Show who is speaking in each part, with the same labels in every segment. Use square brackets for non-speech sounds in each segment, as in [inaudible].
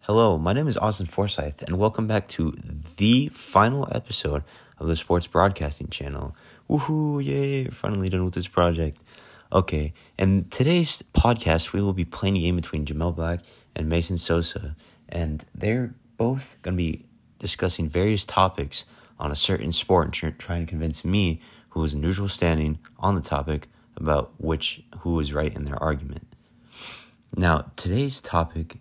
Speaker 1: Hello, my name is Austin Forsyth, and welcome back to the final episode of the Sports Broadcasting Channel. Woohoo, yay, we're finally done with this project. Okay, and today's podcast, we will be playing a game between Jamel Black and Mason Sosa, and they're both going to be discussing various topics on a certain sport and tr- trying to convince me, who is in neutral standing on the topic, about which who is right in their argument. Now, today's topic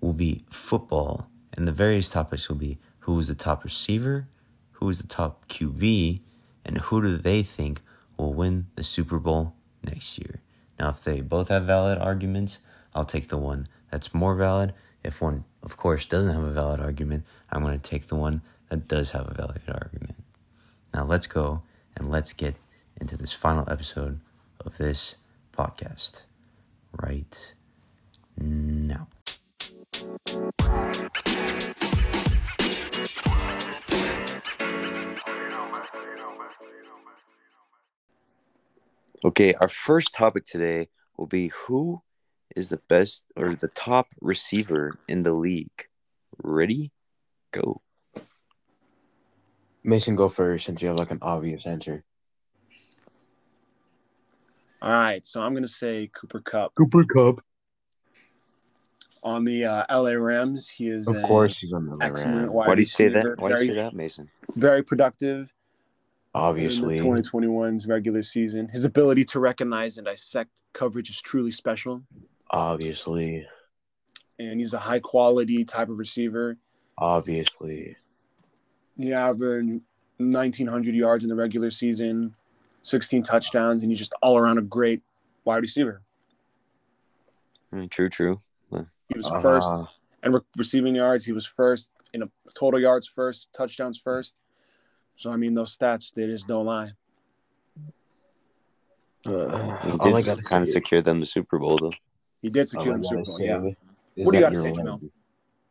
Speaker 1: will be football, and the various topics will be who is the top receiver, who is the top QB, and who do they think will win the Super Bowl next year. Now, if they both have valid arguments, I'll take the one that's more valid. If one, of course, doesn't have a valid argument, I'm going to take the one that does have a valid argument. Now, let's go and let's get into this final episode of this podcast right now. Okay, our first topic today will be who is the best or the top receiver in the league. Ready? Go.
Speaker 2: Mason, go first since you have like an obvious answer.
Speaker 3: All right, so I'm going to say Cooper Cup
Speaker 2: Cooper Cup.
Speaker 3: on the uh, LA Rams. He is
Speaker 2: Of
Speaker 3: a
Speaker 2: course, he's on the
Speaker 3: excellent
Speaker 2: Rams.
Speaker 3: wide
Speaker 1: Why do you say that?
Speaker 3: receiver,
Speaker 1: Why do you say
Speaker 3: very-
Speaker 1: that, Mason?
Speaker 3: Very productive
Speaker 2: Obviously.
Speaker 3: in the 2021's regular season. His ability to recognize and dissect coverage is truly special,
Speaker 2: Obviously.
Speaker 3: and he's a high quality type of receiver.
Speaker 2: Obviously.
Speaker 3: He averaged 1,900 yards in the regular season, 16 touchdowns, and he's just all around a great wide receiver.
Speaker 1: I mean, Mm, true, true.
Speaker 3: He was first
Speaker 1: Uh-huh.
Speaker 2: Uh,
Speaker 3: and re- receiving yards. He was first in a total yards first, touchdowns first. So I mean, those stats they just don't lie.
Speaker 2: uh,
Speaker 1: He
Speaker 2: all I
Speaker 1: did
Speaker 2: gotta
Speaker 1: kind of
Speaker 2: say-
Speaker 1: secure them the Super Bowl, though.
Speaker 3: He did
Speaker 2: all I
Speaker 3: secure the Super
Speaker 2: gotta
Speaker 3: Bowl.
Speaker 2: say
Speaker 3: Yeah.
Speaker 2: is
Speaker 3: What do you
Speaker 2: that
Speaker 3: gotta
Speaker 2: you're
Speaker 3: say,
Speaker 2: lame.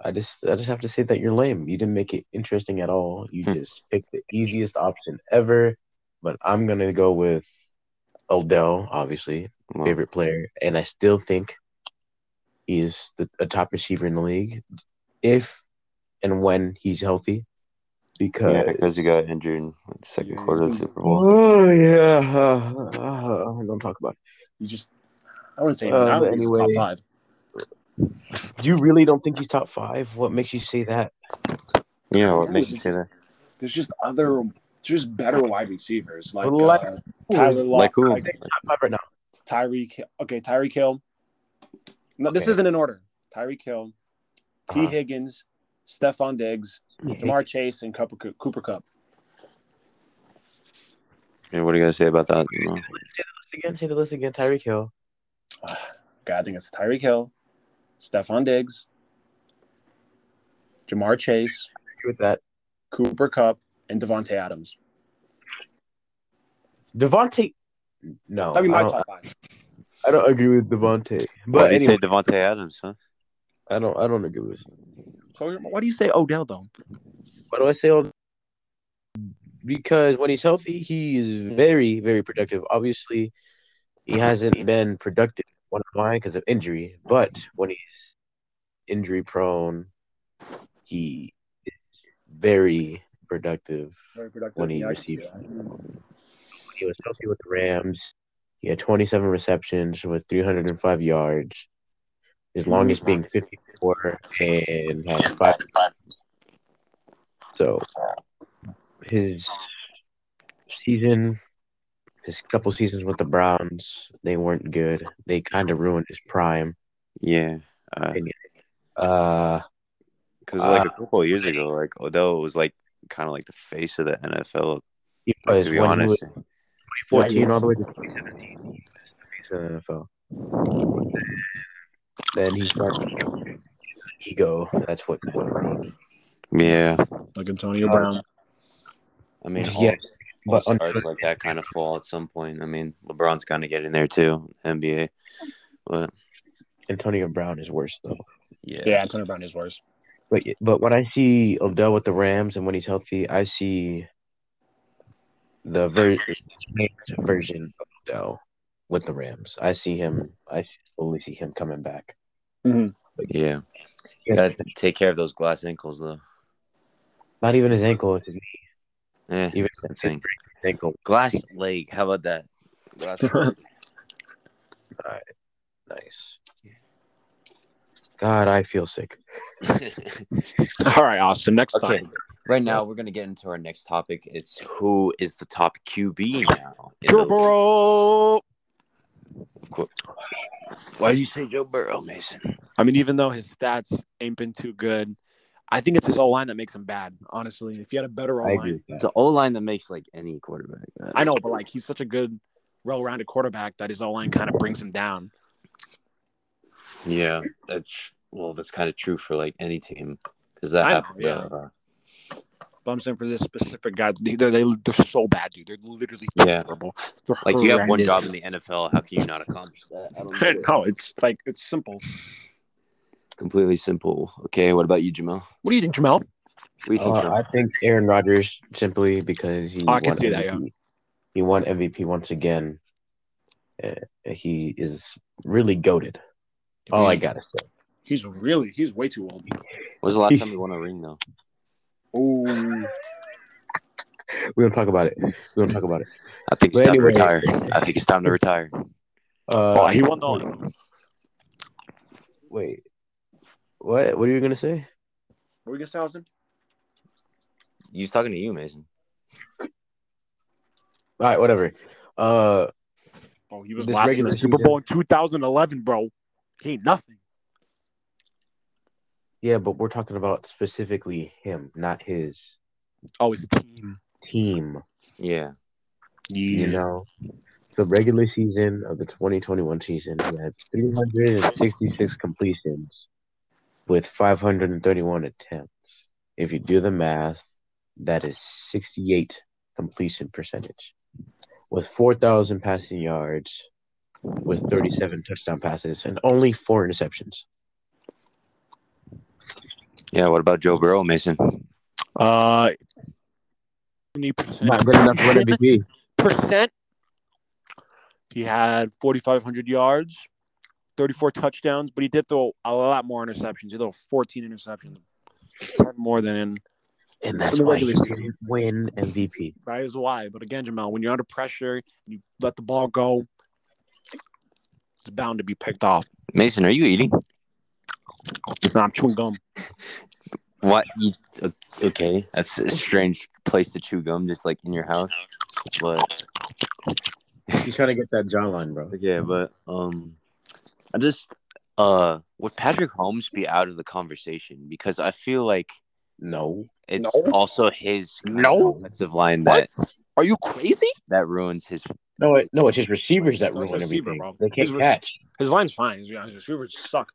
Speaker 2: I just, I just have to say that you're lame. You didn't make it interesting at all. You
Speaker 1: Hmm.
Speaker 2: just picked the easiest option ever. But I'm gonna go with Odell, obviously,
Speaker 1: Well,
Speaker 2: favorite player, and I still think he is the, a top receiver in the league if and when he's healthy. Because
Speaker 1: yeah, because he got injured in the second
Speaker 3: Yeah.
Speaker 1: quarter of the Super Bowl.
Speaker 2: Oh yeah, [laughs] uh, uh, don't talk about
Speaker 3: You just I wouldn't say
Speaker 2: Uh,
Speaker 3: I
Speaker 2: but
Speaker 3: would he's top
Speaker 2: anyway-
Speaker 3: five.
Speaker 2: it. You really don't think he's top five? What makes you say that?
Speaker 1: Yeah, what makes you say that?
Speaker 3: There's just other, just better wide receivers like
Speaker 2: Well, like-
Speaker 3: uh, Tyler Lock,
Speaker 1: Like who?
Speaker 3: I think
Speaker 2: Top five right now.
Speaker 3: Tyreek. Hill- Okay, Tyreek Hill. No, this
Speaker 2: Okay.
Speaker 3: isn't in order. Tyreek Hill, T.
Speaker 2: Uh-huh.
Speaker 3: Higgins, Stephon
Speaker 2: [laughs]
Speaker 3: Diggs, Jamar Chase, and Cooper Cup- Cooper Cup.
Speaker 1: Yeah, what do you guys say about that? No.
Speaker 2: Again, say the list again. Tyreek Hill.
Speaker 3: God, I think it's Tyreek Hill, Stephon Diggs, Jamar Chase,
Speaker 2: Agree With that,
Speaker 3: Cooper Cup, and Devonte Adams.
Speaker 2: Devonte. No,
Speaker 3: That'd be
Speaker 2: I,
Speaker 3: my
Speaker 2: don't,
Speaker 3: top five.
Speaker 2: I don't agree with Devonte.
Speaker 1: But
Speaker 2: But
Speaker 1: you
Speaker 2: anyway,
Speaker 1: say Devontae Adams, huh?
Speaker 2: I don't. I don't agree with.
Speaker 3: So, Why do you say Odell though?
Speaker 2: Why do I say all? Because when he's healthy, he is very, very productive. Obviously, he hasn't been productive. One of mine because of injury, but when he's injury prone, he is very productive.
Speaker 3: Very productive.
Speaker 2: When he
Speaker 3: I can see
Speaker 2: received-
Speaker 3: that.
Speaker 2: He was healthy with the Rams. He had 27 receptions with 305 yards, his longest being 54, and had five. So his season, his couple seasons with the Browns, they weren't good. They kind of ruined his prime.
Speaker 1: Yeah. Uh,
Speaker 2: Uh,
Speaker 1: Because
Speaker 4: uh,
Speaker 1: like a couple of years ago, like Odell was like kind of like the face of the
Speaker 4: Oh,
Speaker 1: NFL.
Speaker 2: he
Speaker 1: Like,
Speaker 2: was
Speaker 1: to be
Speaker 2: when he was
Speaker 1: honest,
Speaker 2: 14 all the way to 2017. He was the face of the NFL. Then he started ego. That's what went wrong.
Speaker 1: yeah.
Speaker 3: Like Antonio
Speaker 2: Uh,
Speaker 3: Brown.
Speaker 1: I mean, all,
Speaker 2: Yeah,
Speaker 1: all
Speaker 2: but
Speaker 1: stars like that kind of fall at some point. I mean, LeBron's kind of getting there too, NBA. But
Speaker 2: Antonio Brown is worse though.
Speaker 1: yeah,
Speaker 3: Yeah, Antonio Brown is worse.
Speaker 2: But but when I see Odell with the Rams and when he's healthy, I see the ver- version of Odell with the Rams. I see him. I slowly see him coming back.
Speaker 1: yeah.
Speaker 4: Gotta take care of those glass ankles though.
Speaker 2: Not even his ankle. It's his knee.
Speaker 4: Eh,
Speaker 2: Even
Speaker 4: same thing.
Speaker 2: His ankle.
Speaker 4: Glass leg. How about that? Glass leg.
Speaker 2: Nice. God, I feel sick.
Speaker 3: [laughs] All right, Austin. Next
Speaker 4: Okay.
Speaker 3: time.
Speaker 4: right now, we're gonna get into our next topic. It's who is the top QB now? in the
Speaker 3: Joe Burrow.
Speaker 4: league? Of course. Why did you say Joe Burrow, Mason?
Speaker 3: I mean, even though his stats ain't been too good, I think it's his O line that makes him bad. Honestly, if he had a better O line,
Speaker 4: It's the O line that makes like any quarterback.
Speaker 3: I know, but like he's such a good, well-rounded quarterback that his O line kind of brings him down.
Speaker 4: Yeah, that's well, that's kind of true for like any team because that
Speaker 3: I know,
Speaker 4: happened.
Speaker 3: yeah.
Speaker 4: uh,
Speaker 3: But I'm saying for this specific guy, they- they're they, they're so bad, dude. They're literally
Speaker 4: Yeah.
Speaker 3: terrible. They're
Speaker 4: like you have one
Speaker 3: horrendous. [laughs]
Speaker 4: job in the NFL. How can you not accomplish that? I don't get it.
Speaker 3: no, it's like it's simple.
Speaker 4: Completely simple. Okay, what about you, Jamal?
Speaker 3: What do you think, Jamel?
Speaker 4: We think
Speaker 2: Uh, I think Aaron Rodgers simply because he
Speaker 3: Oh, I can
Speaker 2: won
Speaker 3: see that,
Speaker 2: MVP. He won MVP once again. Uh, he is really goaded.
Speaker 4: Oh,
Speaker 2: All
Speaker 3: Mm.
Speaker 2: I gotta say.
Speaker 1: He's really, he's way too old.
Speaker 4: was the last time you won a ring though?
Speaker 1: Oh,
Speaker 2: We don't talk about it. We don't talk about it.
Speaker 4: I think
Speaker 2: But
Speaker 4: it's time
Speaker 2: anyway.
Speaker 4: to retire. I think it's time to retire.
Speaker 2: Uh,
Speaker 3: Oh, he won the.
Speaker 2: Wait. What? What are you gonna say?
Speaker 1: what we gonna say, Austin?
Speaker 4: He's talking to you, Mason.
Speaker 2: All right, whatever. Uh,
Speaker 3: Oh, he was
Speaker 2: This
Speaker 3: last in
Speaker 2: regular
Speaker 3: the Super
Speaker 2: season.
Speaker 3: Bowl in 2011, bro. He ain't nothing.
Speaker 2: yeah, but we're talking about specifically him, not his
Speaker 3: Oh, his team.
Speaker 2: team.
Speaker 4: Yeah.
Speaker 2: You know, the regular season of the 2021 season, he had 366 completions with 531 attempts. If you do the math, that is 68 completion percentage with 4,000 passing yards, with 37 touchdown passes, and only four interceptions.
Speaker 4: Yeah. What about Joe Burrow, Mason?
Speaker 3: Uh, 70%.
Speaker 2: Not good enough for an MVP.
Speaker 3: percent. He had 4,500 yards, 34 touchdowns, but he did throw a lot more interceptions. He threw 14 interceptions, 10 more than in.
Speaker 2: [laughs] And that's
Speaker 3: For the
Speaker 2: why he
Speaker 3: regular
Speaker 2: didn't win MVP.
Speaker 3: That is why. But again, Jamal, when you're under pressure, you let the ball go. It's bound to be picked off.
Speaker 4: Mason, are you eating?
Speaker 3: No, I'm chewing gum.
Speaker 4: What? You, o- okay, that's a strange place to chew gum, just like in your house. But
Speaker 2: He's trying to get that jawline, bro.
Speaker 4: yeah, but um, I just uh, would Patrick Holmes be out of the conversation because I feel like
Speaker 2: No.
Speaker 4: it's
Speaker 3: No.
Speaker 4: also his kind of
Speaker 3: No.
Speaker 4: offensive line
Speaker 3: What?
Speaker 4: that
Speaker 3: Are you crazy?
Speaker 4: that ruins his.
Speaker 2: No, it, no, it's his receivers that
Speaker 3: No, it's
Speaker 2: ruin
Speaker 3: receiver,
Speaker 2: everything.
Speaker 3: bro.
Speaker 2: They can't
Speaker 3: His re-
Speaker 2: catch.
Speaker 3: His line's fine. His, his receivers suck.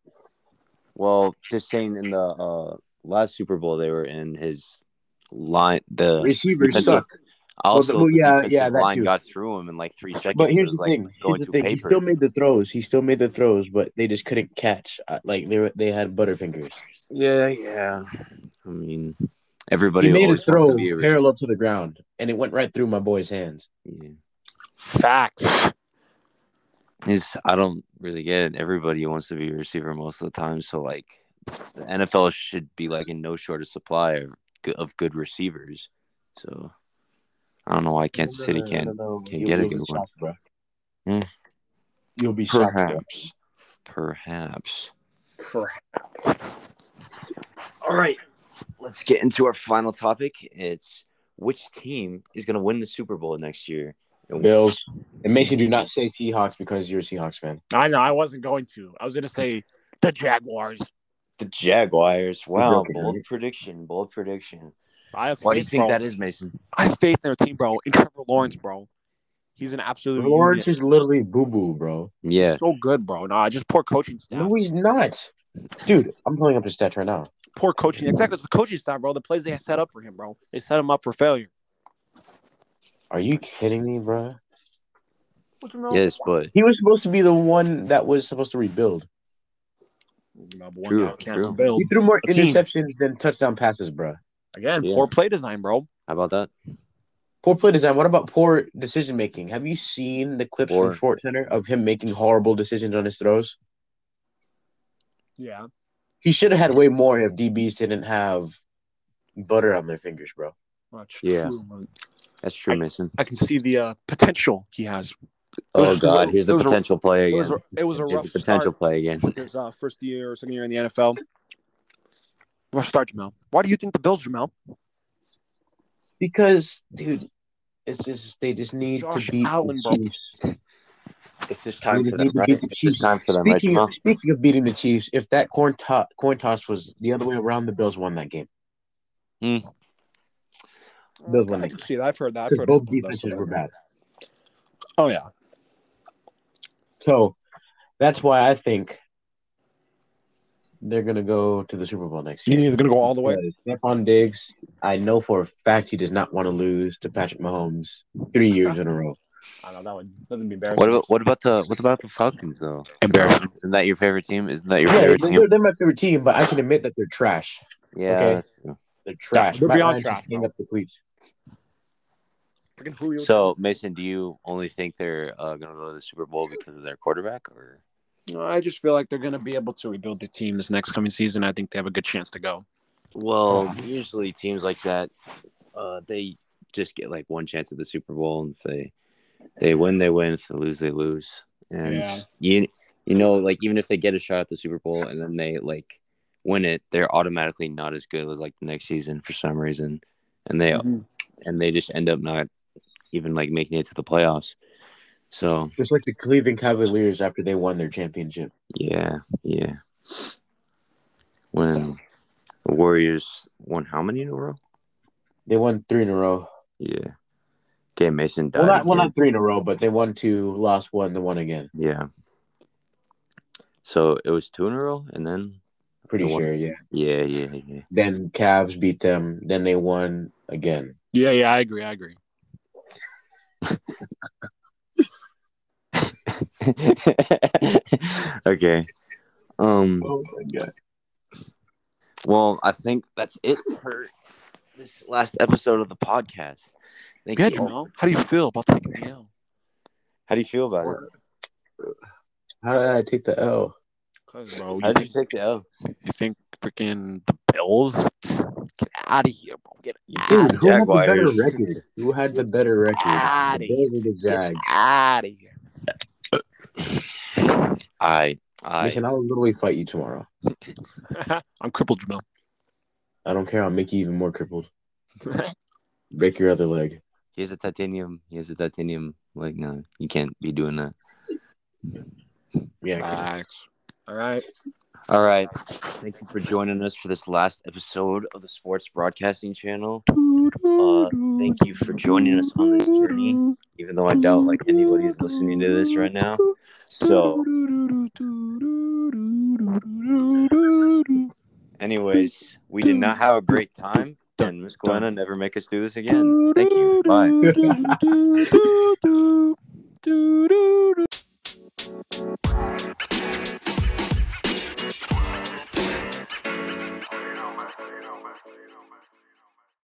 Speaker 4: Well, just saying in the uh, last Super Bowl they were in his line the
Speaker 2: receivers
Speaker 4: Defensive-
Speaker 2: suck.
Speaker 4: also
Speaker 2: well,
Speaker 4: the
Speaker 2: yeah,
Speaker 4: defensive
Speaker 2: yeah, that
Speaker 4: line
Speaker 2: too.
Speaker 4: got through him in like three seconds.
Speaker 2: But
Speaker 4: It
Speaker 2: here's
Speaker 4: was,
Speaker 2: the
Speaker 4: like,
Speaker 2: thing. Here's
Speaker 4: going
Speaker 2: the
Speaker 4: through
Speaker 2: thing. He
Speaker 4: paper.
Speaker 2: still made the throws. He still made the throws, but they just couldn't catch. Uh, like they were, they had butterfingers.
Speaker 4: Yeah, yeah. I mean,
Speaker 2: But
Speaker 4: everybody
Speaker 2: he made a
Speaker 4: always wants
Speaker 2: throw
Speaker 4: to be a receiver.
Speaker 2: parallel to the ground, and it went right through my boy's hands.
Speaker 4: Yeah.
Speaker 3: Facts.
Speaker 4: It's, I don't really get it. Everybody wants to be a receiver most of the time. So, like, the NFL should be like in no short of supply of, go- of good receivers. So, I don't know why Kansas City can't. can't get a good one.
Speaker 2: one.
Speaker 4: Hmm.
Speaker 2: You'll be shocked. bro.
Speaker 4: Perhaps. Perhaps. All right. Let's get into our final topic. It's which team is going to win the Super Bowl next year? And
Speaker 2: Bills. And Mason, do not say Seahawks because you're a Seahawks fan.
Speaker 3: I know. I wasn't going to. I was going to say the Jaguars.
Speaker 4: The Jaguars. Wow,
Speaker 2: broken,
Speaker 4: bold prediction. Bold prediction.
Speaker 3: I have
Speaker 4: Why do you
Speaker 3: faith,
Speaker 4: think
Speaker 3: bro.
Speaker 4: that is, Mason?
Speaker 3: I have faith in their team, bro. In Trevor Lawrence, bro. He's an absolute
Speaker 2: Lawrence
Speaker 3: unit.
Speaker 2: is literally boo boo, bro.
Speaker 4: Yeah.
Speaker 3: so good, bro. Nah, just poor coaching staff.
Speaker 2: No, he's not. Dude, I'm pulling up the stats right now.
Speaker 3: Poor coaching. Exactly, it's the coaching staff, bro. The plays they set up for him, bro. They set him up for failure.
Speaker 2: Are you kidding me, bro?
Speaker 4: Yes, but
Speaker 2: He was supposed to be the one that was supposed to rebuild.
Speaker 4: True,
Speaker 3: True,
Speaker 4: true.
Speaker 3: true.
Speaker 2: He threw more
Speaker 3: A team.
Speaker 2: interceptions than touchdown passes, bro.
Speaker 3: Again,
Speaker 4: Yeah.
Speaker 3: poor play design, bro.
Speaker 4: how about that?
Speaker 2: Poor play design. What about poor decision making? Have you seen the clips
Speaker 4: Poor.
Speaker 2: from Sports Center of him making horrible decisions on his throws?
Speaker 3: Yeah.
Speaker 2: He should have had way more if DBs didn't have butter on their fingers, bro.
Speaker 3: Much
Speaker 4: Yeah.
Speaker 3: true, man.
Speaker 4: That's true, Mason.
Speaker 3: I can see the uh, potential he has.
Speaker 4: Oh
Speaker 3: those-
Speaker 4: God, here's the
Speaker 3: those are-
Speaker 4: potential play
Speaker 3: It
Speaker 4: again.
Speaker 3: was, a- it was a
Speaker 4: Here's
Speaker 3: rough
Speaker 4: the potential
Speaker 3: start.
Speaker 4: play again.
Speaker 3: His uh, first year or second year in the NFL. Rough start, Jamel. Why do you think the Bills, Jamel?
Speaker 2: Because, dude, it's just they just need
Speaker 3: Josh
Speaker 2: to beat
Speaker 3: Allen,
Speaker 2: the
Speaker 3: bro.
Speaker 2: Chiefs.
Speaker 4: It's just
Speaker 2: They
Speaker 4: time
Speaker 2: just
Speaker 4: for
Speaker 2: need
Speaker 4: them,
Speaker 2: to
Speaker 4: right?
Speaker 2: beat the
Speaker 4: It's just
Speaker 2: Chiefs.
Speaker 4: time for them, right,
Speaker 2: Speaking,
Speaker 4: Jamal?
Speaker 2: of, speaking of beating the Chiefs, if that corn, to- coin toss was the other way around, the Bills won that game. Bills won
Speaker 3: I
Speaker 2: that
Speaker 3: can see that. I've heard that. I've
Speaker 2: Because
Speaker 3: heard
Speaker 2: both
Speaker 3: that.
Speaker 2: defenses were bad.
Speaker 3: Oh yeah.
Speaker 2: So that's why I think they're gonna go to the Super Bowl next
Speaker 3: You
Speaker 2: year.
Speaker 3: think it's gonna go all the way?
Speaker 2: Because Stephon Diggs, I know for a fact he does not want to lose to Patrick Mahomes three years in a
Speaker 3: [laughs]
Speaker 2: row.
Speaker 3: I know that one doesn't be embarrassing.
Speaker 4: What about what about the what about the Falcons though?
Speaker 3: Embarrassing.
Speaker 4: Isn't that your favorite team? Isn't that your
Speaker 2: Yeah,
Speaker 4: favorite
Speaker 2: they're,
Speaker 4: team?
Speaker 2: they're my favorite team, but I can admit that they're trash.
Speaker 4: Yeah,
Speaker 2: okay.
Speaker 4: that's true.
Speaker 2: They're trash.
Speaker 3: They're
Speaker 2: Matt
Speaker 3: beyond
Speaker 2: Ryan should
Speaker 3: trash,
Speaker 2: hang
Speaker 3: bro.
Speaker 2: up the cleats.
Speaker 3: Freaking Julio.
Speaker 4: So Mason, do you only think they're uh, going to go to the Super Bowl because of their quarterback, or
Speaker 3: No, I just feel like they're gonna be able to rebuild the team this next coming season. I think they have a good chance to go.
Speaker 4: well, usually teams like that, uh, they just get like one chance at the Super Bowl, and if they they win, they win. If they lose, they lose. And
Speaker 3: Yeah.
Speaker 4: you you know, like even if they get a shot at the Super Bowl and then they like win it, they're automatically not as good as like the next season for some reason, and they
Speaker 3: Mm-hmm.
Speaker 1: Mhm.
Speaker 4: and they just end up not even like making it to the playoffs. So
Speaker 2: Just like the Cleveland Cavaliers after they won their championship.
Speaker 4: Yeah, yeah. When the Warriors won how many in a row?
Speaker 2: They won three in a row.
Speaker 4: Yeah. Okay, Mason died.
Speaker 2: Well, not well,
Speaker 4: again.
Speaker 2: not three in a row, but they won two, lost one, then won again.
Speaker 4: Yeah. So it was two in a row, and then
Speaker 2: Pretty
Speaker 4: They won.
Speaker 2: sure, yeah.
Speaker 4: yeah, yeah, yeah.
Speaker 2: Then Cavs beat them. Then they won again.
Speaker 3: Yeah, yeah, I agree. I agree.
Speaker 4: [laughs] okay. Um.
Speaker 2: Oh my god!
Speaker 4: Well, I think that's it for this last episode of the podcast. Thank
Speaker 3: Good,
Speaker 4: you.
Speaker 3: Jamel.
Speaker 4: all.
Speaker 3: How do you feel about taking the L?
Speaker 4: How do you feel about it?
Speaker 2: How did I take the L?
Speaker 3: Cause bro,
Speaker 4: How
Speaker 3: you
Speaker 4: did
Speaker 3: think,
Speaker 4: you take the L?
Speaker 3: you think freaking the Bills? Get out of here, bro. Get
Speaker 4: Ah,
Speaker 2: Dude, who had the better
Speaker 4: Jaguars.
Speaker 2: record? Who had the better record?
Speaker 3: out
Speaker 2: The
Speaker 3: of here.
Speaker 2: Bills or the
Speaker 3: Get
Speaker 2: Jags?
Speaker 3: out of
Speaker 2: [laughs]
Speaker 3: here.
Speaker 4: I, I.
Speaker 2: Listen, I'll literally fight you tomorrow.
Speaker 3: [laughs] I'm crippled, Jamel.
Speaker 2: I don't care. I'll make you even more crippled. Break your other leg.
Speaker 4: He has a titanium. He has a titanium. Like, no, you can't be doing that.
Speaker 2: Yeah.
Speaker 3: Relax. All right.
Speaker 4: All right. Thank you for joining us for this last episode of the Sports Broadcasting Channel. Uh, thank you for joining us on this journey, even though I doubt like anybody is listening to this right now. So, anyways, we did not have a great time, and Miss Glenna never make us do this again. Thank you. Bye.
Speaker 3: Bye.